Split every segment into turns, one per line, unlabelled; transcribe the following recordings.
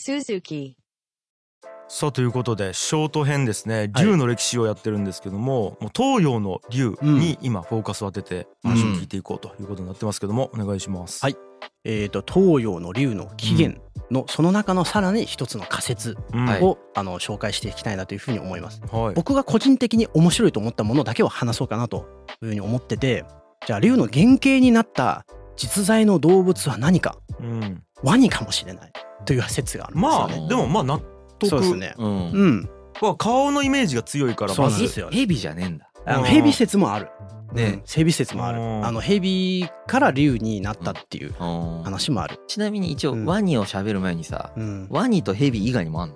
Suzuki.
さあということでショート編ですね竜の歴史をやってるんですけども,、もう東洋の竜に今フォーカスを当てて話を聞いていこうということになってますけどもお願いします。
はいえー、と東洋の竜の起源のその中のさらに一つの仮説
うん
を、あの紹介していきたいなというふうに思います。
はい
僕が個人的に面白いと思ったものだけを話そうかなというふうに思っててじゃあ竜の原型になった実在の動物は何か
うん、
ワニかもしれないという説があるんです
ま
よ
あ
ね。
でもまあ納得
そうですね。
うん。
うん、
は顔のイメージが強いから
そう
ま
なん
ず
ですよ
ヘビじゃねえんだ。
あ
うん
の蛇説もある。
ね
うん蛇説もある。
うん
あの蛇から竜になったっていう
あ
話もある。
ちなみに一
う
応
ん
ワニを喋る前にさ、
うん、
ワニとヘビ以外にもあんの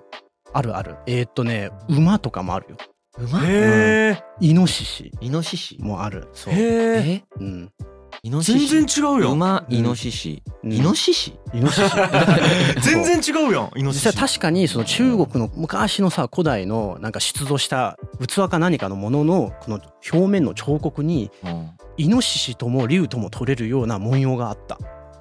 あるある。えーっとね馬とかもあるよ。
馬
へ
イノシシ
イノシシ
もある。そ
え
う。
へえ
え
うん、
イノシ
全
シ
然違うやん
馬、
うん
イノシシ。
うん
イノシシ
イノシシ
全然違うやんイノシ
実
シ
は確かにその中国の昔のさ古代のなんか出土した器か何かのもののこの表面の彫刻に
うん
イノシシとも竜とも取れるような文様があった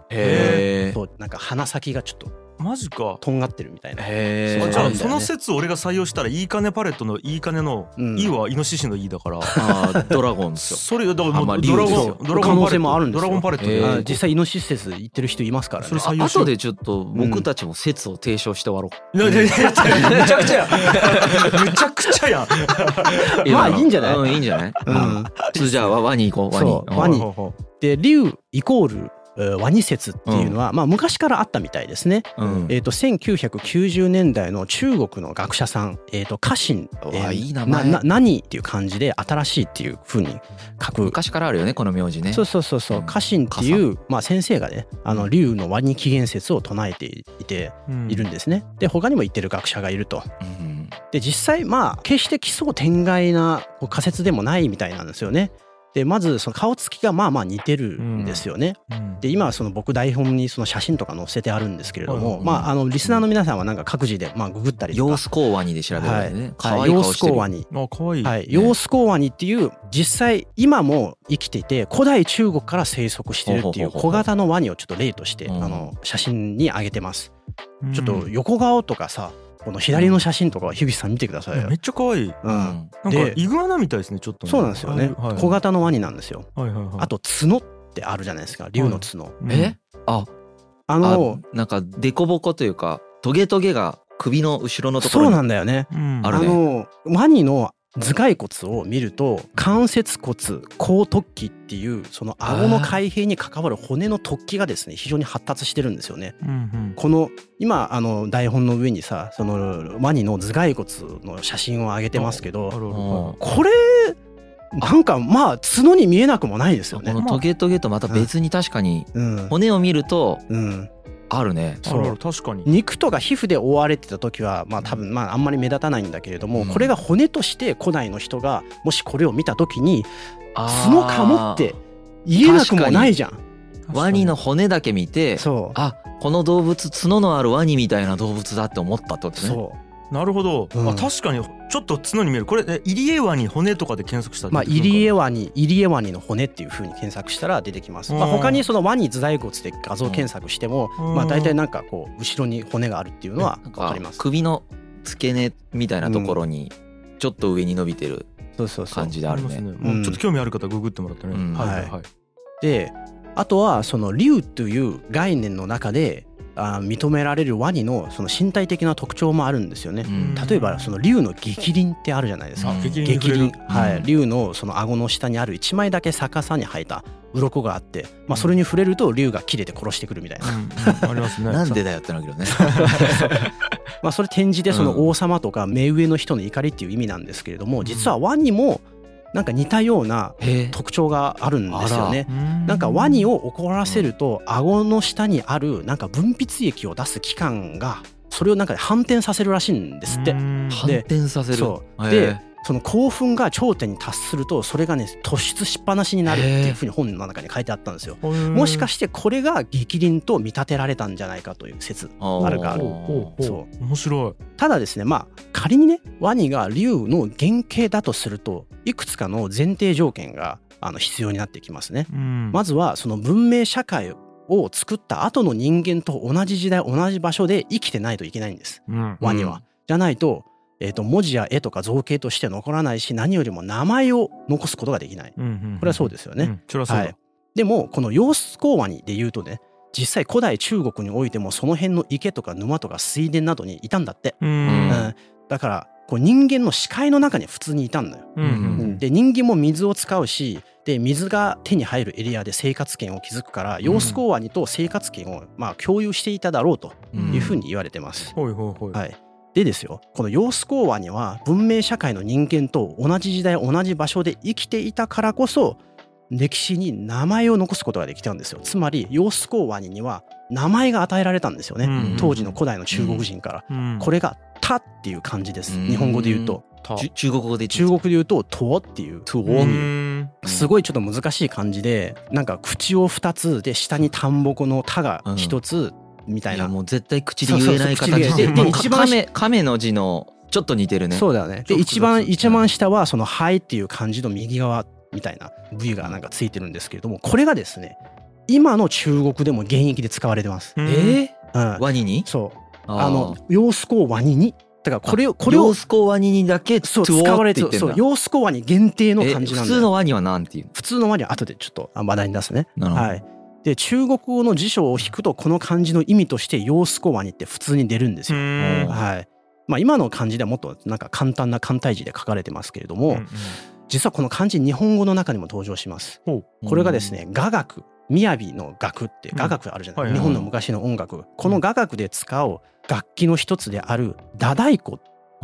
へ
へ
そうなんか鼻先がちょっと
マジか
とんがってるみたいな
へ
あ
ー
じゃ
な
あ
んだよね
その説俺が採用したらいいかねパレットのいいかねの
うん
いいはイノシシのいいだから
あードラゴンですよ。
それだから
あま
も
あ
うドラゴ
理由で
ン
すよ
ドラゴンパレット
可能性もあるんですよ
ドラゴンパレット
へえ
あ
で
実際イノシシ施設行ってる人いますから
そ
ね
れ
あ
採用しよう
後でちょっと僕たちも説を提唱して終わろ
いやいやいやめちゃくちゃやんめちゃくちゃやん
う。
まあいいんじゃない
うん、いいんじゃない
うん
ちょっとじゃあワワニ行こう、ワニ。
そう
うん
ワニ
ほうほうほう
で竜イコールえーワニ説っていうのは、まあ、昔からあったみたいですね、
うん
えー、と1990年代の中国の学者さん、えー、と家臣、え
うわいい
な
名前
な何っていう漢字で新しいっていうふうに書く
昔からあるよね、この名字ね。
そうそうそうそう家臣っていう、まあ、先生がねあの竜のワニ起源説を唱えていて
うん
いるんですねで他にも言ってる学者がいると
うん
で実際まあ決して奇想天外なこう仮説でもないみたいなんですよねでまずその顔つきがまあまあ似てるんですよね、
うん
で今はその僕台本にその写真とか載せてあるんですけれど
はいはい
も、
はい
まあ、あのリスナーの皆さんはなんか各自でまあググったりとか
様子講ワニで調べるよね。可
は
愛
い
い
様
顔
子
して
講
る。
和に。
あ可愛い
はい、様子講和にっていう実際今も生きていて古代中国から生息してるっていう
ほうほうほう
小型のワニをちょっと例としてあ
うん
の写真に上げてます
うん
ちょっと横顔とかさこの左の写真とかは樋口さん見てくださいよ
めっちゃ可愛い
うん
なんか
で
イグアナみたいですねちょっとね
そうなんですよね
はいはい
小型のワニなんですよ
はいはいはい
あと角ってあるじゃないですか竜の角
うん
えあ、
あ
あ
の
なんかデコボコというか、トゲトゲが首の後ろのとこ
そう
ろ
な
に。
んだよね
うん
あるね
のワニの頭蓋骨を見ると関節骨後突起っていうその顎の開閉に関わる骨の突起がですね非常に発達してるんですよね。
うんうん
この今あの台本の上にさそのワニの頭蓋骨の写真を上げてますけ
あるあ
ど
る
うん
はい
これなんかまあ角に見えなくもないですよ
こ
ね。
のトゲトゲとまた別に確かに、
うん
骨を見ると、
うん、
あるね。
あるある確かに
肉とか皮膚で覆われてた時はまあ多分まああんまり目立たないんだけれども、
うん
これが骨として古代の人がもしこれを見た時に角かもって言えなくもないじゃん。
あー。ワニの骨だけ見て、
そ
あ、この動物、角のあるワニみたいな動物だって思ったってこ
う。
とね。
そ
なるほど、
うん
あ確かにちょっと角に見えるこれえイリエワニ骨とかで検索した
う。まあ、イリ
エ
エワニ、イリエワニの骨っていう風に検索したら出てきます。まあ、
うん
他にそのワニ頭蓋骨で画像検索しても、
うん
まあ、大体なんかこう、後ろに骨があるっていうのは
なん
わかりま
か
す。
首の付け根みたいなところにちょっと上に伸びてる
そうそうそう
感。じで
あ
あ
り
る
ますね、
ね。
もううんちょっと興味ある方ググってもらってね、
うん
はいはいはい、
で、あとはその竜という概念の中で、あー認められるワニのその身体的な特徴もあるんですよね
う。ん
例えばその竜の激鱗ってあるじゃないですか。
あ激
激
鱗に
鱗
触れる
は
う
い
ん
竜のその顎の下にある一枚だけ逆さに生えた鱗があって、まあ、それに触れると竜が切れて殺してくるみたいな、
うんうんありますね
なんでだよってなるけどね。
まあ、それ転じてその王様とか目上の人の怒りっていう意味なんですけれども実はワニもなんか似たような
へ え
特徴があるんですよね
う。ん
なんかワニを怒らせると顎の下にあるなんか分泌液を出す器官がそれをなんか反転させるらしいんですって
う。ん
反転させる。
そう
へえ
でその興奮が頂点に達するとそれがね突出しっぱなしになるっていうふうに本の中に書いてあったんですよ。もしかしてこれが逆鱗と見立てられたんじゃないかという説あるがある
ほうほう
そ
ほう面白
ただですねまあ仮にねワニが竜の原型だとするといくつかの前提条件があの必要になってきますね。
い、うん
まずはその文明社会を作った後の人間と同じ時代同じ場所で生きてないといけないんです
うん
ワニは。
うん
じゃないと,、えーと文字や絵とか造形として残らないし何よりも名前を残すことができない。
うんうん
これはそうですよね。
うんそれはそう
は
だ
い、でもこの揚子江ワニで言うとね実際古代中国においてもその辺の池とか沼とか水田などにいたんだって。
う
うんんだからこう人間の視界の中に普通にいたんだよ。
うんうん
うん
で人間も水を使うしで水が手に入るエリアで生活圏を築くから揚子江ワニと生活圏をまあ共有していただろうというふうに言われてます。
ほいほいほい
はい、でですよこの揚子江湾には文明社会の人間と同じ時代同じ場所で生きていたからこそ歴史に名前を残すことができたんですよつまり揚子江湾には名前が与えられたんですよね、
うん
当時の古代の中国人から、
うん
これが「た」っていう漢字です、
うん
日本語で言うと
た
ちゅ中国語で
中国で言うと「と」っていう「
う
国
ん
すごいちょっと難しい漢字でなんか口を2つで下に田んぼこの「た」が1つみた
い
い
や
な、
もう絶対口で言えない
そう
形
そう口
で言え
で
ない
もう
で一番
亀亀の字のちょっと似てるね
そうだよね。
ちょ
で
っと
一番
複雑
一番下はその「はい」っていう漢字の右側みたいな部位がなんかついてるんですけれどもこれがですね今の中国でも現役で使われてます。
うん
え
うん
ー、、ワニに
そう
あ
あの揚子江ワニにだからこれをこ
こ
れ
れ
を
をスコワニにだけ
そう
ト
使
ゥオー
われ
っ
て
て言ってん
そう
だ
揚子江ワニ限定の漢字
え
なんだ
普
よ
通のワニはなんていう
普通のワニは後でちょっとあ話題に出すね。
のなるほど
はい、で中国語の辞書を引くとこの漢字の意味として揚子江ワニって普通に出るんです
う
よ。
ん
はいまあ、今の漢字ではもっとなんか簡単な簡体字で書かれてますけれども、
うん
実はこの漢字日本語の中にも登場します。
ほう
これがですね雅楽雅の楽って
うん
雅楽あるじゃない、
はいはい
日本の昔の音楽この雅楽で使う楽器の一つである太鼓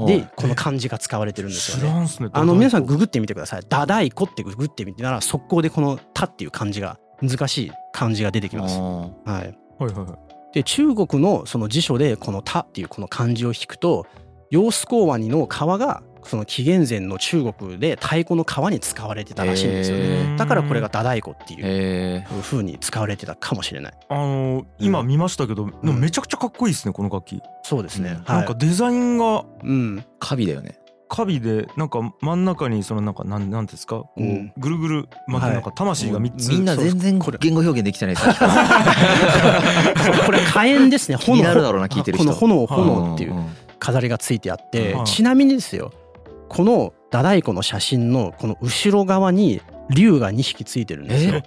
でこの漢字が使われてるんです
知
よね。
らんっすね
あの皆さん
グ
ググってみてください。太鼓ってググってみてなら速攻でこの「た」っていう漢字が難しい漢字が出てきます。
あ
はい、
はいはいはい
で中国のその辞書でこの「た」っていうこの漢字を引くと揚子江ワニの川がその紀元前の中国で太鼓の川に使われてたらしいんですよね。
へー
だからこれがダダイコって
ー
いう
へ
風に使われてたかもしれない。
あのー今見ましたけどでもめちゃくちゃかっこいいですねこの楽器
そうですね。
な
は
んか
い。
デザインが
うん。
ーカビだよね
カビでなんか真ん中にそのなんかなんなんていうんですかこう
うん
ぐるぐる巻き
はい
なんか魂が三つ
みんな
そう
全然
これ
言語表現できてないです
そうこれ火炎ですね。
気に
炎。
なるだろうな聞いてる人
この
はい
炎 炎ってい
ん
うん飾りがついてあって
はい、
ちなみにですよ。このダダイコの写真のこの後ろ側に竜が2匹ついてるんですよ。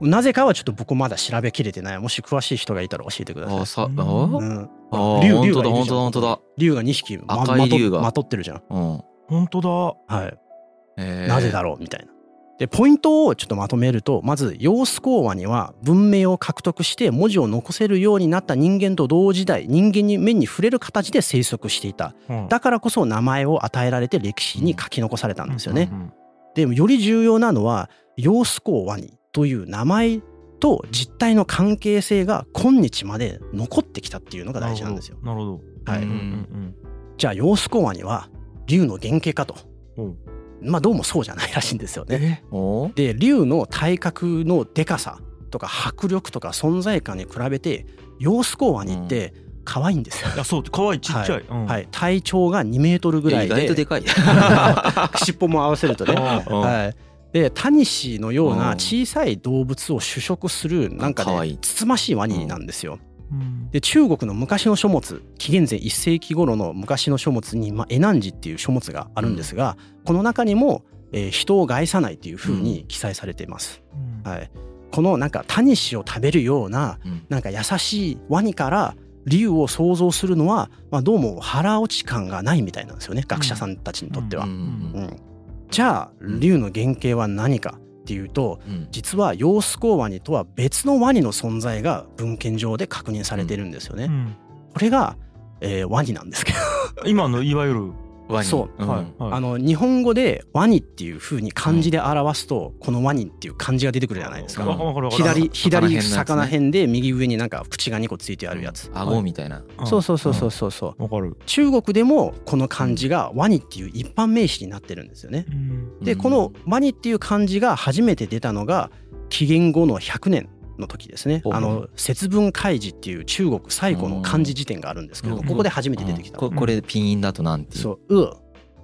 なぜかはちょっと僕まだ調べきれてない。もし詳しい人がいたら教えてくだ
あ
さい
ー。さあ
う
ー
うん。
あ
竜
ー本
竜
当
が
だ
いる
本
じ
当
ゃん
だ本当だ
竜が2匹ま
赤い竜が
まとまとってるじゃん。
うん
本当
はい。
えー
なぜだろうみたいな。でポイントをちょっとまとめるとまず揚子江湾には文明を獲得して文字を残せるようになった人間と同時代人間に目に触れる形で生息していた
だうん
だからこそ名前を与えられて歴史に書き残されたんですよね
う。ん
でもより重要なのは揚子江ワニという名前と実態の関係性が今日まで残ってきたっていうのが大事なんですよ。
なるほど
は
う
い
ん、うん
じゃあ揚子江ワニは竜の原型かと、
うん
まあどうもそうじゃないらしいんですよね。
おー
で竜の体格のでかさとか迫力とか存在感に比べて揚子江ワニって可愛いんですよ、
うんあそう可愛いちっちゃいうん
はい、体長が2メートルぐらい
意外と
で
でかい
尻尾も合わせるとね、
うん
はい、でタニシのような
うん
小さい動物を主食するなんか
可愛
ね
い
つつましいワニなんですよ
うん
で中国の昔の書物紀元前1世紀頃の昔の書物に「まあ、絵南寺」っていう書物があるんですが、この中にも、えー人を害さないというふうに記載されています、
うん
はい、このなんかタニシを食べるような
うん
なんか優しいワニから竜を想像するのは、まあ、どうも腹落ち感がないみたいなんですよね学者さんたちにとっては。
う
うん
ん
じゃあ竜の原型は何かっていうと
うん
実は揚子江ワニとは別のワニの存在が文献上で確認されてるんですよね。
うん
これが、えーワニなんですけど、
今のいわゆる
ワニ
そ
ん
はいはい
あの日本語でワニっていう風に漢字で表すと、このワニっていう漢字が出てくるじゃないですか。
わかるわかるわかる
左
魚辺の
左
やつね
魚辺で右上になんか口が2個ついてあるやつ、
顎みたいな
うん
そうそうそうそうそうそう
わかる
中国でもこの漢字がワニっていう一般名詞になってるんですよね
うん
でこのワニっていう漢字が初めて出たのが紀元後の100年の時ですね
ほう
あの節分開示っていう中国最古の漢字辞典があるんですけど
うん
ここで初めて出てきた
ここれピンインだとなんていう
そうう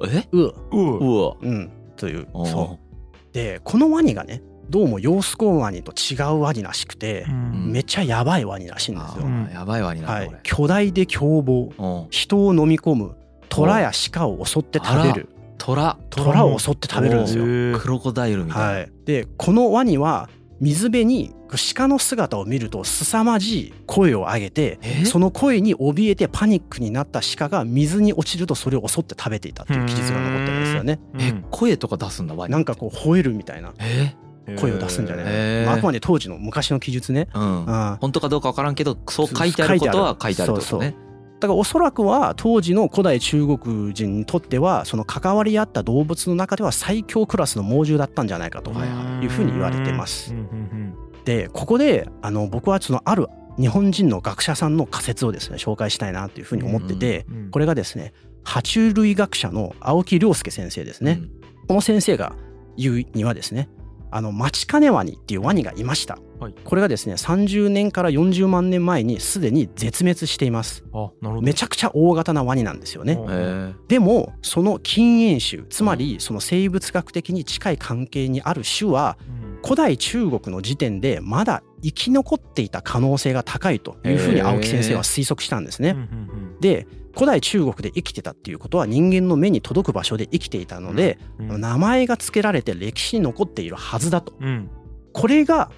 え
う
うわ
うわ
うんという
おー
そうでこのワニがねどうも様子講ワニと違うワニらしくて
う、ん
めっちゃやばいワニらしいんで
あ
す
ー
よ。
うん
やばいわにな
は
った
い
こ、
巨大で凶暴
れ。うん。
人を飲み込む虎や鹿を襲って食べる
虎、
虎を襲って食べるんですよ。
へえ
クロコダイルみたい
はい、でこのワニは水辺に鹿の姿を見ると凄まじい声を上げて
え
その声に怯えてパニックになった鹿が水に落ちるとそれを襲って食べていたっていう記述が残ってるんですよね。
な。え、声とか出すんだワニ。
なんかこう吠えるみたいな
う。え、
声を出すんじゃない、
へー
まあ、あくまで当時の昔の記述ね。
うん。
ああ
本当かどうかわからんけど、そう書いてあることは書いてあるってことね。
だからおそらくは当時の古代中国人にとってはその関わり合った動物の中では最強クラスの猛獣だったんじゃないかと
はいはい
いうふうに言われてます
うんうん
でここであの僕はそのある日本人の学者さんの仮説をですね紹介したいなというふうに思ってて
うんうん
これがですね爬虫類学者の青木亮介先生ですね、
うん。
この先生が言うにはですねあのマチカネワニっていうワニがいました、
はい
これがですね30年から40万年前にすでに絶滅しています
あなるほど
めちゃくちゃ大型なワニなんですよね
う
へえ。
でもその近縁種つまりその生物学的に近い関係にある種は
うん
古代中国の時点でまだ生き残っていた可能性が高いというふうに青木先生は推測したんです
うん
ね。
うん
で古代中国で生きてたっていうことは人間の目に届く場所で生きていたので、
うんうん
名前が付けられて歴史に残っているはずだと
うん
これが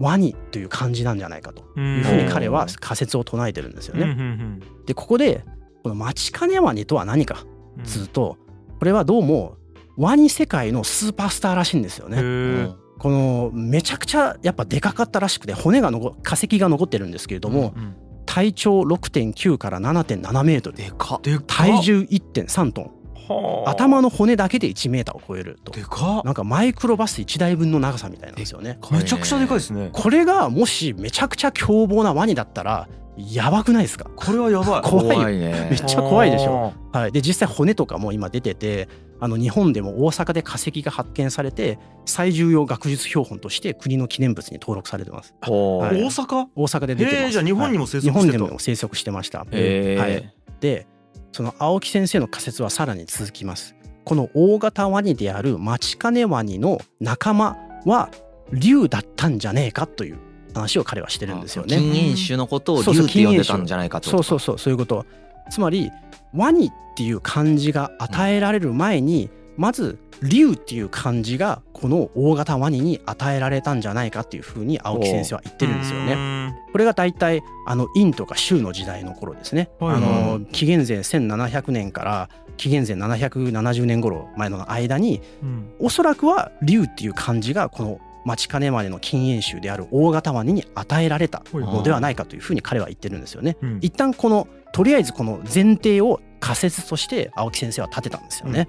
ワニという漢字なんじゃないかと
うん
いうふうに彼は
うん
仮説を唱えてるんですよ
うんう
ね。
ん
でここでこのマチカネワニとは何か
うん
っつうとこれはどうもワニ世界のスーパースターらしいんですよね。
へえ
このめちゃくちゃやっぱでかかったらしくて骨が残化石が残ってるんですけれども、
うん
体長6.9から7.7メートル
でかっ。
でかっ
体重1.3トン
はあ
頭の骨だけで1メーターを超えると
でか
なんかマイクロバス1台分の長さみたいなんですよね
っめちゃくちゃでかいですね
これがもしめちゃくちゃ凶暴なワニだったらやばくないですか
これはやばい
怖い
いね
めっちゃ怖いでしょ
は
はい、で実際骨とかも今出ててあの日本でも大阪で化石が発見されて最重要学術標本として国の記念物に登録されてます
ほ
あ
は
大
い
阪
大阪で出てます
へえじゃあ日本にも生息してた
はい日本でも生息してました、
へえ
はい、でその青木先生の仮説はさらに続きますこの大型ワニであるマチカネワニの仲間は竜だったんじゃねえかという話を彼はしてるんですよね
禁煙種のことを竜って呼んでたんじゃないかと。
そうそうそうそういうことつまりワニっていう漢字が与えられる前に、まず竜っていう漢字がこの大型ワニに与えられたんじゃないかっていうふうに青木先生は言ってるんですよね。これが大体あの殷とか周の時代の頃ですね、
はいはい
あの紀元前1700年から紀元前770年頃前の間に
うん
おそらくは竜っていう漢字がこの町金までの禁煙種である大型ワニに与えられたのではないかというふうに彼は言ってるんですよね。
うん
一旦このとりあえずこの前提を仮説として青木先生は立てたんですよね。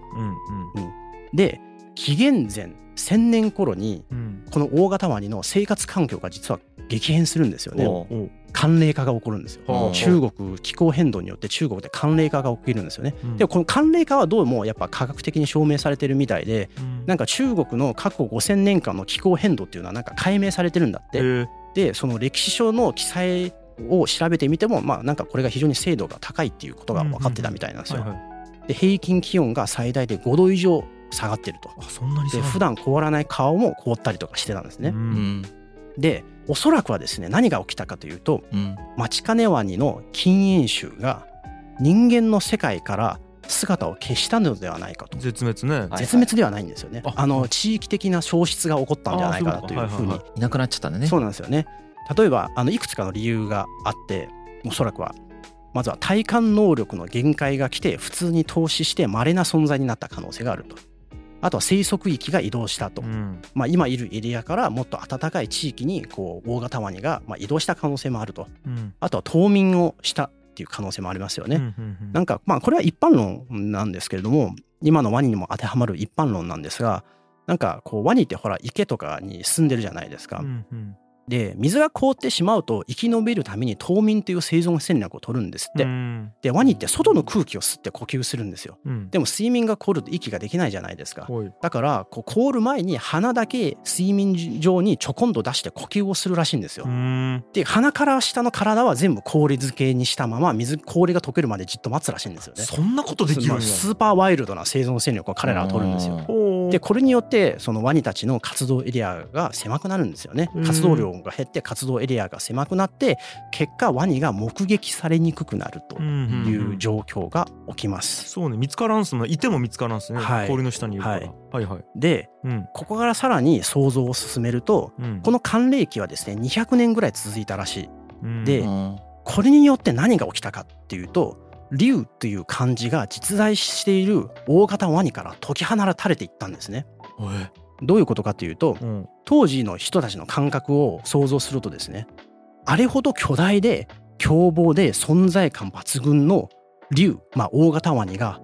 うんうん
で紀元前1000年頃に
うん
この大型ワニの生活環境が実は激変するんですよね。
おう
おう
寒冷化が起こるんですよ。
はあ
中国気候変動によって中国で寒冷化が起きるんですよね。
うん
でもこの寒冷化はどうもやっぱ科学的に証明されてるみたいで
うん
なんか中国の過去5,000年間の気候変動っていうのはなんか解明されてるんだって。
へえ
でその歴史書の記載を調べてみてもまあなんかこれが非常に精度が高いっていうことが分かってたみたいなんですよ。
はいはい
で平均気温が最大で5度以上下がってると。
あそんなに
で普段凍らない顔も凍ったりとかしてたんですね
う。
うんん。
でおそらくはですね何が起きたかというと
うん。
マチカネワニの禁煙臭が人間の世界から姿を消したのではないかと。
絶滅ね
はい
絶滅ではないんですよね。
あ
あの地域的な消失が起こったんじゃないかなというふう
あそういうことかはいはい
に
はい
なくなっちゃったんだね。
そうなんですよね。例えばあのいくつかの理由があっておそらくはまずは体感能力の限界が来て普通に投資して稀な存在になった可能性があると。あとは生息域が移動したと、
うん
まあ、今いるエリアからもっと暖かい地域にこう大型ワニがまあ移動した可能性もあると
うん
あとは冬眠をしたっていう可能性もありますよね。
うんうんうん
なんかまあこれは一般論なんですけれども今のワニにも当てはまる一般論なんですがなんかこうワニってほら池とかに住んでるじゃないですか。
うんうん
で水が凍ってしまうと生き延びるために冬眠という生存戦略を取るんですって、
うん
でワニって外の空気を吸って呼吸するんですよ
うん
でも睡眠が凍ると息ができないじゃないですか
おい
だからこう凍る前に鼻だけ睡眠上にちょこんと出して呼吸をするらしいんですよ、
うん
で鼻から下の体は全部氷漬けにしたまま水氷が溶けるまでじっと待つらしいんですよね
そんなことできるん
ま
や
あスーパーワイルドな生存戦略を彼らは取るんですよ
うん
ほう
でこれによってそのワニたちの活動エリアが狭くなるんですよね活動量が減って活動エリアが狭くなって結果ワニが目撃されにくくなるとい
うん
う状況が起きます
そうね見つからんっすもんねいても見つからんっすね、
はい
氷の下にいるから、
はい
はいはい
で
うん
ここからさらに想像を進めると
うん
この寒冷期はですね200年ぐらい続いたらしい
うん
で
うん
これによって何が起きたかっていうと竜という漢字が実在している大型ワニから解き放たれていったんですね
え
どういうことかというと
うん
当時の人たちの感覚を想像するとですねあれほど巨大で凶暴で存在感抜群の竜、まあ、大型ワニが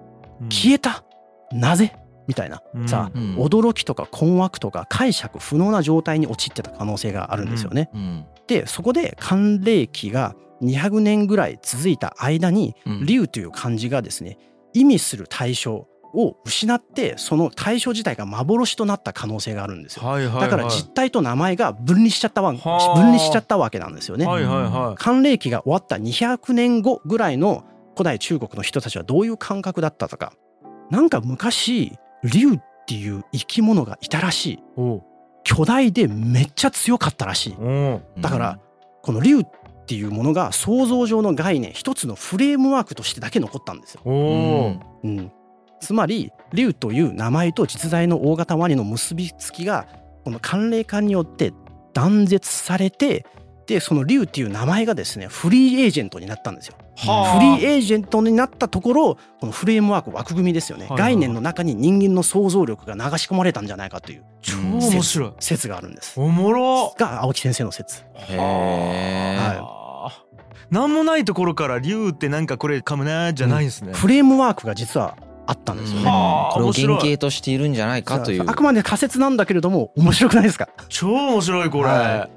消えた、なぜみたいな、
うん
さあ、
うん
驚きとか困惑とか解釈不能な状態に陥ってた可能性があるんですよね。
うん
でそこで寒冷期が200年ぐらい続いた間に
うん
竜という漢字がですね意味する対象を失ってその対象自体が幻となった可能性があるんですよ。
はいはいはい
だから実態と名前が分離しちゃったわ、
はあ
分離しちゃったわけなんですよね。
はいはいは
寒冷期が終わった200年後ぐらいの古代中国の人たちはどういう感覚だったとか、なんか昔、竜っていう生き物がいたらしい。
いおう
巨大でめっちゃ強かったらしい。
おう
だから、この竜っていうものが想像上の概念、一つのフレームワークとしてだけ残ったんですよ。
お
うん
う
うん、つまり竜という名前と実在の大型ワニの結びつきがこの寒冷化によって断絶されてでその竜っていう名前がですねフリーエージェントになったんですよ。
はあ
フリーエージェントになったところこのフレームワーク枠組みですよね、
はいはいはい
概念の中に人間の想像力が流し込まれたんじゃないかという
超面白い
説があるんです。
おもろ
が青木先生の説。
へえ、
はいなんもないところから竜ってなんかこれかもなーじゃないんですね、
フレームワークが実はあったんですよね。
はあ
これを
面白い
原型としているんじゃないかという。
あくまで仮説なんだけれども面白くないですか
超面白いこれ、
は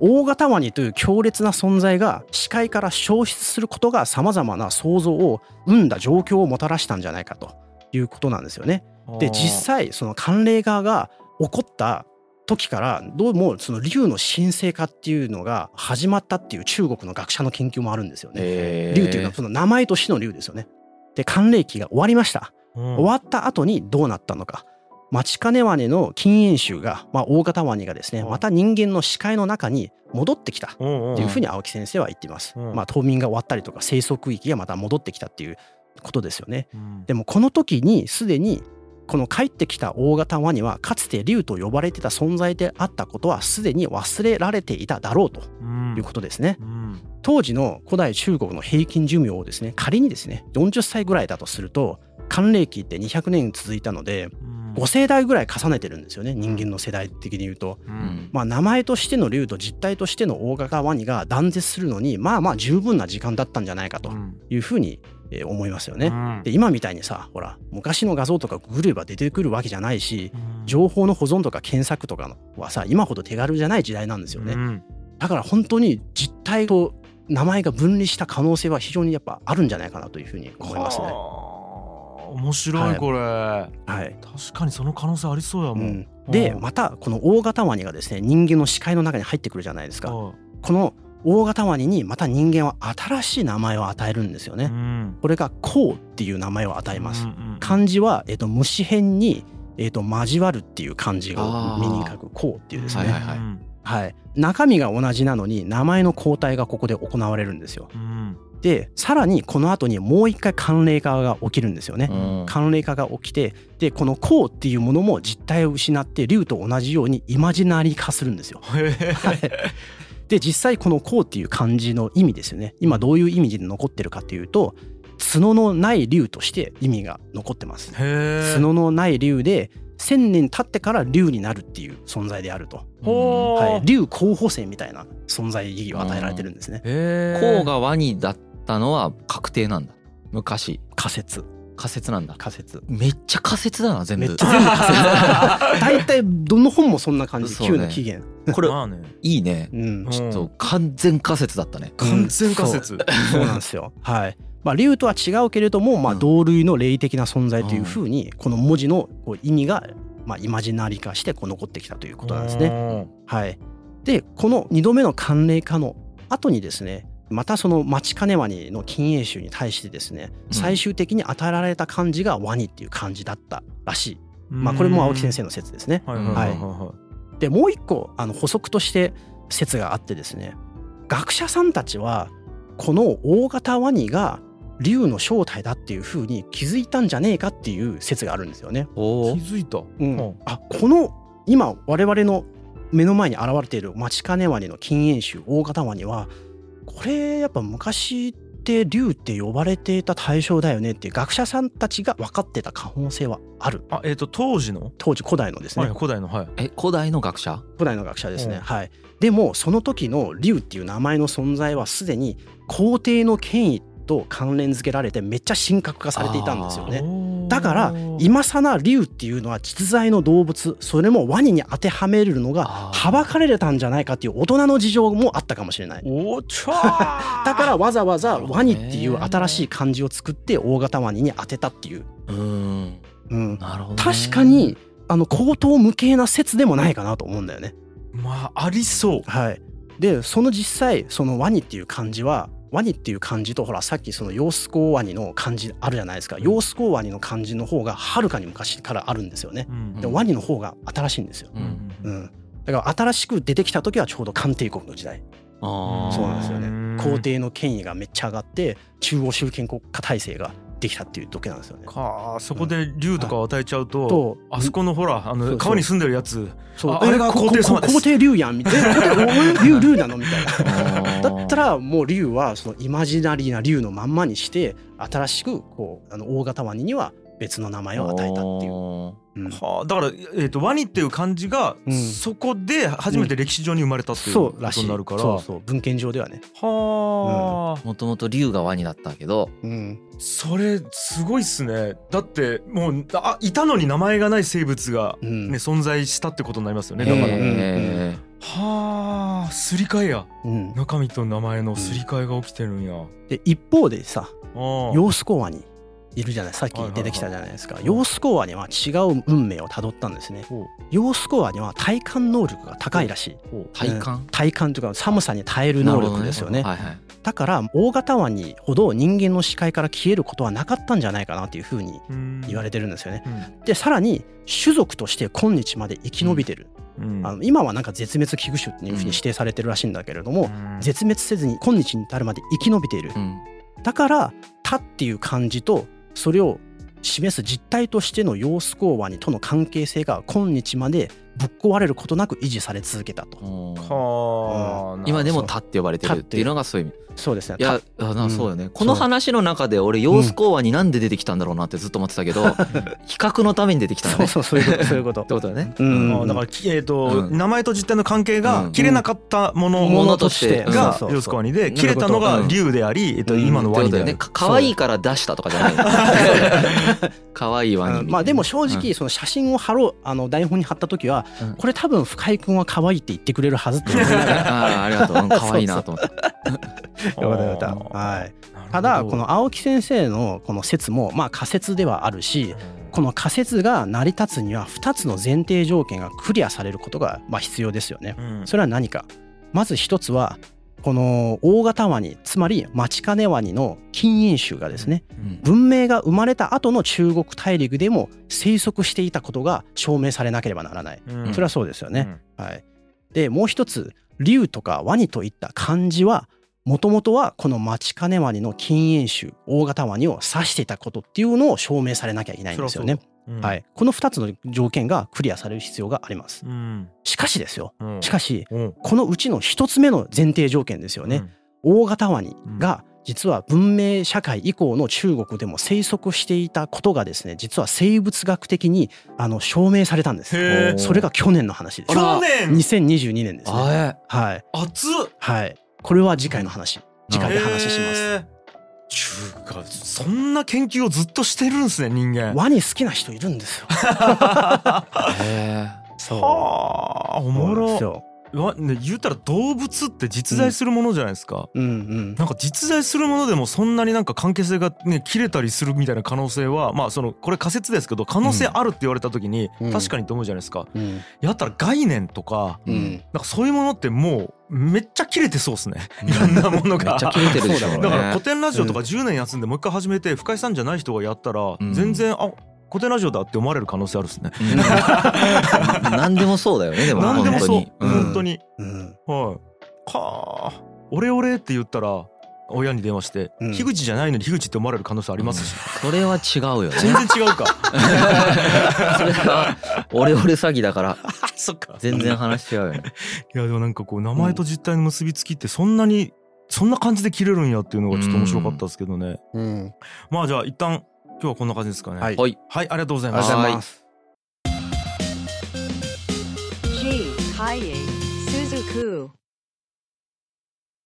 大型ワニという強烈な存在が視界から消失することがさまざまな想像を生んだ状況をもたらしたんじゃないかということなんですよね。で実際その寒冷側が起こった時からどうもその竜の神聖化っていうのが始まったっていう中国の学者の研究もあるんですよね。
へえ
竜というのはその名前としての竜ですよね。で寒冷期が終わりました。
うん
終わった後にどうなったのか。マチカネワニの禁煙臭が、まあ、大型ワニがですね、
うん
また人間の視界の中に戻ってきたっ
うんうん
ていうふうに青木先生は言っています。
うん
まあ、冬眠が終わったりとか、生息域がまた戻ってきたっていうことですよね。
うん
でも、この時にすでに、この帰ってきた大型ワニは、かつて竜と呼ばれてた存在であったことは、すでに忘れられていただろうと
うん
いうことですね。
うん
当時の古代中国の平均寿命をですね、仮にですね、40歳ぐらいだとすると、寒冷期って200年続いたので、
うん
5世代ぐらい重ねてるんですよね人間の世代的に言うと、
う
うんん
まあ、名前としての竜と実態としての大型ワニが断絶するのにまあまあ十分な時間だったんじゃないかと
うん
いうふうにえー思いますよね。
うん
で今みたいにさほら昔の画像とかググれば出てくるわけじゃないし
うん
情報の保存とか検索とかはさ今ほど手軽じゃない時代なんですよね
う。ん
だから本当に実態と名前が分離した可能性は非常にやっぱあるんじゃないかなというふうに思いますね。
はあ面白
はいい
これ、
はい、
確かにその可能性ありそうや
う
もん、
ん、でまたこの大型ワニがですね人間の視界の中に入ってくるじゃないですか
は
この大型ワニにまた人間は新しい名前を与えるんですよ
い
ね
ん、
これが「こう」っていう名前を与えま
う
す
んうんうん
漢字は、えっと虫片に、えっと交わるっていう漢字
あ
を
ー
身に書く「こう」っていうです
はいは
ね、
いはい
うん
はい、中身が同じなのに名前の交代がここで行われるんですよ
うん
でさらにこの後にもう一回寒冷化が起きるんですよね、
うん
寒冷化が起きてでこの光っていうものも実体を失って竜と同じようにイマジナリー化するんですよ。
へえ
で実際この光っていう漢字の意味ですよね今どういう意味で残ってるかというと角のない竜として意味が残ってます。
へえ
角のない竜で千年経ってから竜になるっていう存在であると、
ほう
はい、竜候補生みたいな存在意義を与えられてるんですね
へえ
こうがワニだったのは確定なんだ。昔
仮説
仮説なんだ。
仮説
めっちゃ仮説だな全
めっ
部
ち。ゃ全部仮説大体どの本もそんな感じ
そう
旧
ね
の起源
これ
まあね
いいね。
うん
ちょっと完全仮説だったね。
うん
完全仮説、
そうなんですよ。はい。まあ、竜とは違うけれども、まあ、
うん
同類の霊的な存在というふうに、この文字のこう意味が、まあ、イマジナリー化してこう残ってきたということなんですね。はい。で、この2度目の寒冷化の後にですね、またそのマチカネワニの禁煙臭に対してですね、
ん
最終的に与えられた漢字がワニっていう漢字だったらしい。まあ、これも青木先生の説ですね。
はいはいはいは
でもう一個あの補足として説があってですね学者さんたちはこの大型ワニが竜の正体だっていう風に気づいたんじゃねえかっていう説があるんですよね。
お
い
お
気。づいた、うん
あこの今我々の目の前に現れているマチカネワニの禁煙種大型ワニはこれやっぱ昔って竜って呼ばれていた対象だよねっていう学者さんたちが分かってた可能性はある
あえっ、と当時の、
当時古代のですね、
はい、古代のはい
え古代の学者？
古代の学者ですね、
うん
はいでもその時の竜っていう名前の存在はすでに皇帝の権威と関連付けられてめっちゃ神格化されていたんですよねだから今更竜っていうのは実在の動物それもワニに当てはめるのが
あー
はばかれたんじゃないかっていう大人の事情もあったかもしれない
おおちゃ
だからわざわざ
なるほ
ワ
ど
ニ
ね
っていう新しい漢字を作って大型ワニに当てたっていう、
うーん。
うん、
なるほどね。
確かにあの口頭無形な説でもないかなと思うんだよね
まあありそう
はい、でその実際そのワニっていう漢字はワニっていう漢字とほらさっきそのヨウスコウワニの漢字あるじゃないですか、
ん
ヨウスコウワニの漢字の方がはるかに昔からあるんですよね、
うん
でもワニの方が新しいんですよ、
う
うん
ん。
うん、だから新しく出てきた時はちょうど漢帝国の時代
ああ。
そうなんですよ
う
ね
ん
皇帝の権威がめっちゃ上がって中央集権国家体制ができたっていう時なんですよね。
かそこで竜とかを与えちゃうと、
と
あそこのほらあ
そうそ
の
う
川に住んでるやつ
そう
ああれ
え
が
こ
皇帝様です
こ皇帝竜やんみたいな え皇帝竜竜なのみたいなだ
だ
ったらもう竜はそのイマジナリーな竜のまんまにして新しくこうあの大型ワニには別の名前を与えたっていう。
う。
うん
はあだから、えー、とワニっていう漢字が、
うん
そこで初めて歴史上に生まれたっていう
そ
こ
うら
と
しい
になるから、
そうそう文献上ではね、
はあ、
もともと竜がワニだったけど、
うん、
それすごいっすねだってもうあいたのに名前がない生物が、
う
ね
ん
存在したってことになりますよね
へ
だから、
え
え
はあすり替えや
うん、
中身と名前のすり替えが起きてるんや、
で一方でさ
ああ
ヨースコアにいるじゃないさっき出てきたじゃないですか、
いはいはい
ヨースコアには違う運命をたどったんですね
ほう
ヨースコアには体感能力が高いらしい
ほう
体感。
体感というか寒さに耐える能力ですよね
なるほどはい
だから大型ワニほど人間の視界から消えることはなかったんじゃないかなっていうふうに
うん
言われてるんですよね。
うん
でさらに種族として今日まで生き延びてる、
うん
あの今はなんか絶滅危惧種っていうふうに指定されてるらしいんだけれども、
うん
絶滅せずに今日に至るまで生き延びている、
はい。
だから「他」っていう漢字とそれを示す実体としての様子講話にとの関係性が今日までぶっ壊れることなく維持され続けたと、
うん。
はあ
今でも
な
「
る
た」って呼ばれてるっていうのがそういう意味
そうですね
いやあなそうよね、この話の中で俺ヨースコアになんで出てきたんだろうなってずっと思ってた けど、比較のために出てきた
た
んだ
そ
ね
うそうそういうことそういうこと
ってことだね、
うん
ああだからきえーと
うん
名前と実態の関係が
うん
切れなかったもの
ものとして
もの
が
として
ヨスコワニで切れたの
う
が
ん
竜であり、えっと、
うん
今の
って
ワ
こ
ニ
と
で
だ
あ
よ
る
ねか可愛いから出したとかじゃない 可愛いワニみたいな、
まあでも正
うん
直その写真を貼ろうあの台本に貼った時は、
うん
これ多分深井君は可愛いって言ってくれるはずって思いながら
ああありがとううん可愛いなと思って
よかったよかったはいただこの青木先生のこの説もまあ仮説ではあるしこの仮説が成り立つには2つの前提条件がクリアされることがまあ必要ですよね。
の
それは何かまず1つはこの大型ワニつまりマチカネワニの禁煙種がですね文明が生まれた後の中国大陸でも生息していたことが証明されなければならない。
れ、
それはそうですよね。はい、でもう一つ竜とかワニといった漢字はもともとはこのマチカネワニの禁煙種大型ワニを指していたことっていうのを証明されなきゃいけないんですよね。はいい、この2つの条件がクリアされる必要があります。
うん
しかしですよ
うん
しかし
うん
このうちの1つ目の前提条件ですよね。大型ワニが実は文明社会以降の中国でも生息していたことがですね実は生物学的にあの証明されたんです
へ
ー
それが去年の話です
あら
去年
2022年ですね
あえ
はい
暑っ
はいこれは次回の話次回で話します
へーちゅうかそんな研究をずっとしてるんですね人間
ワニ好きな人いるんですよ
へ
そ
はあお
う
も
そうなんです
ろ
よ
わね言ったら動物って実在するものじゃないですか、
うんうん
なんか実在するものでもそんなになんか関係性がね切れたりするみたいな可能性はまあそのこれ仮説ですけど可能性あるって言われた時に
うん
確かにと思うじゃないですか。
うん
やったら概念とか
う
うんん
なんかそういうものってもうめっちゃ切れてそうですね。いろんなもの
め
が。
っちゃ切れてるでしょ
そう
だから
ね
古典ラジオとか10年休んでもう一回始めて深井さんじゃない人がやったら
うん
全然あ古典ラジオだって思われる可能性あるですね。
うん何でもそうだよねでも
なんでもそう
本
本
当に
当に。
うん
はい。かあ。俺俺って言ったら親に電話して、
うん
樋口じゃないのに樋口って思われる可能性ありますし、
それは違うよねそれ
全然違うか。
はオレオレ詐欺だから
そっか。
全然話違うよね
いやでもなんかこう名前と実態の結びつきってそんなにそんな感じで切れるんやっていうのがちょっと面白かったですけどね。
うん
まあじゃあ一旦今日はこんな感じですかね。
はい
はい
はい、ありがとうござい
ありが
ました
とうご。ざ
はい
ます
G. Kaye Suzuku.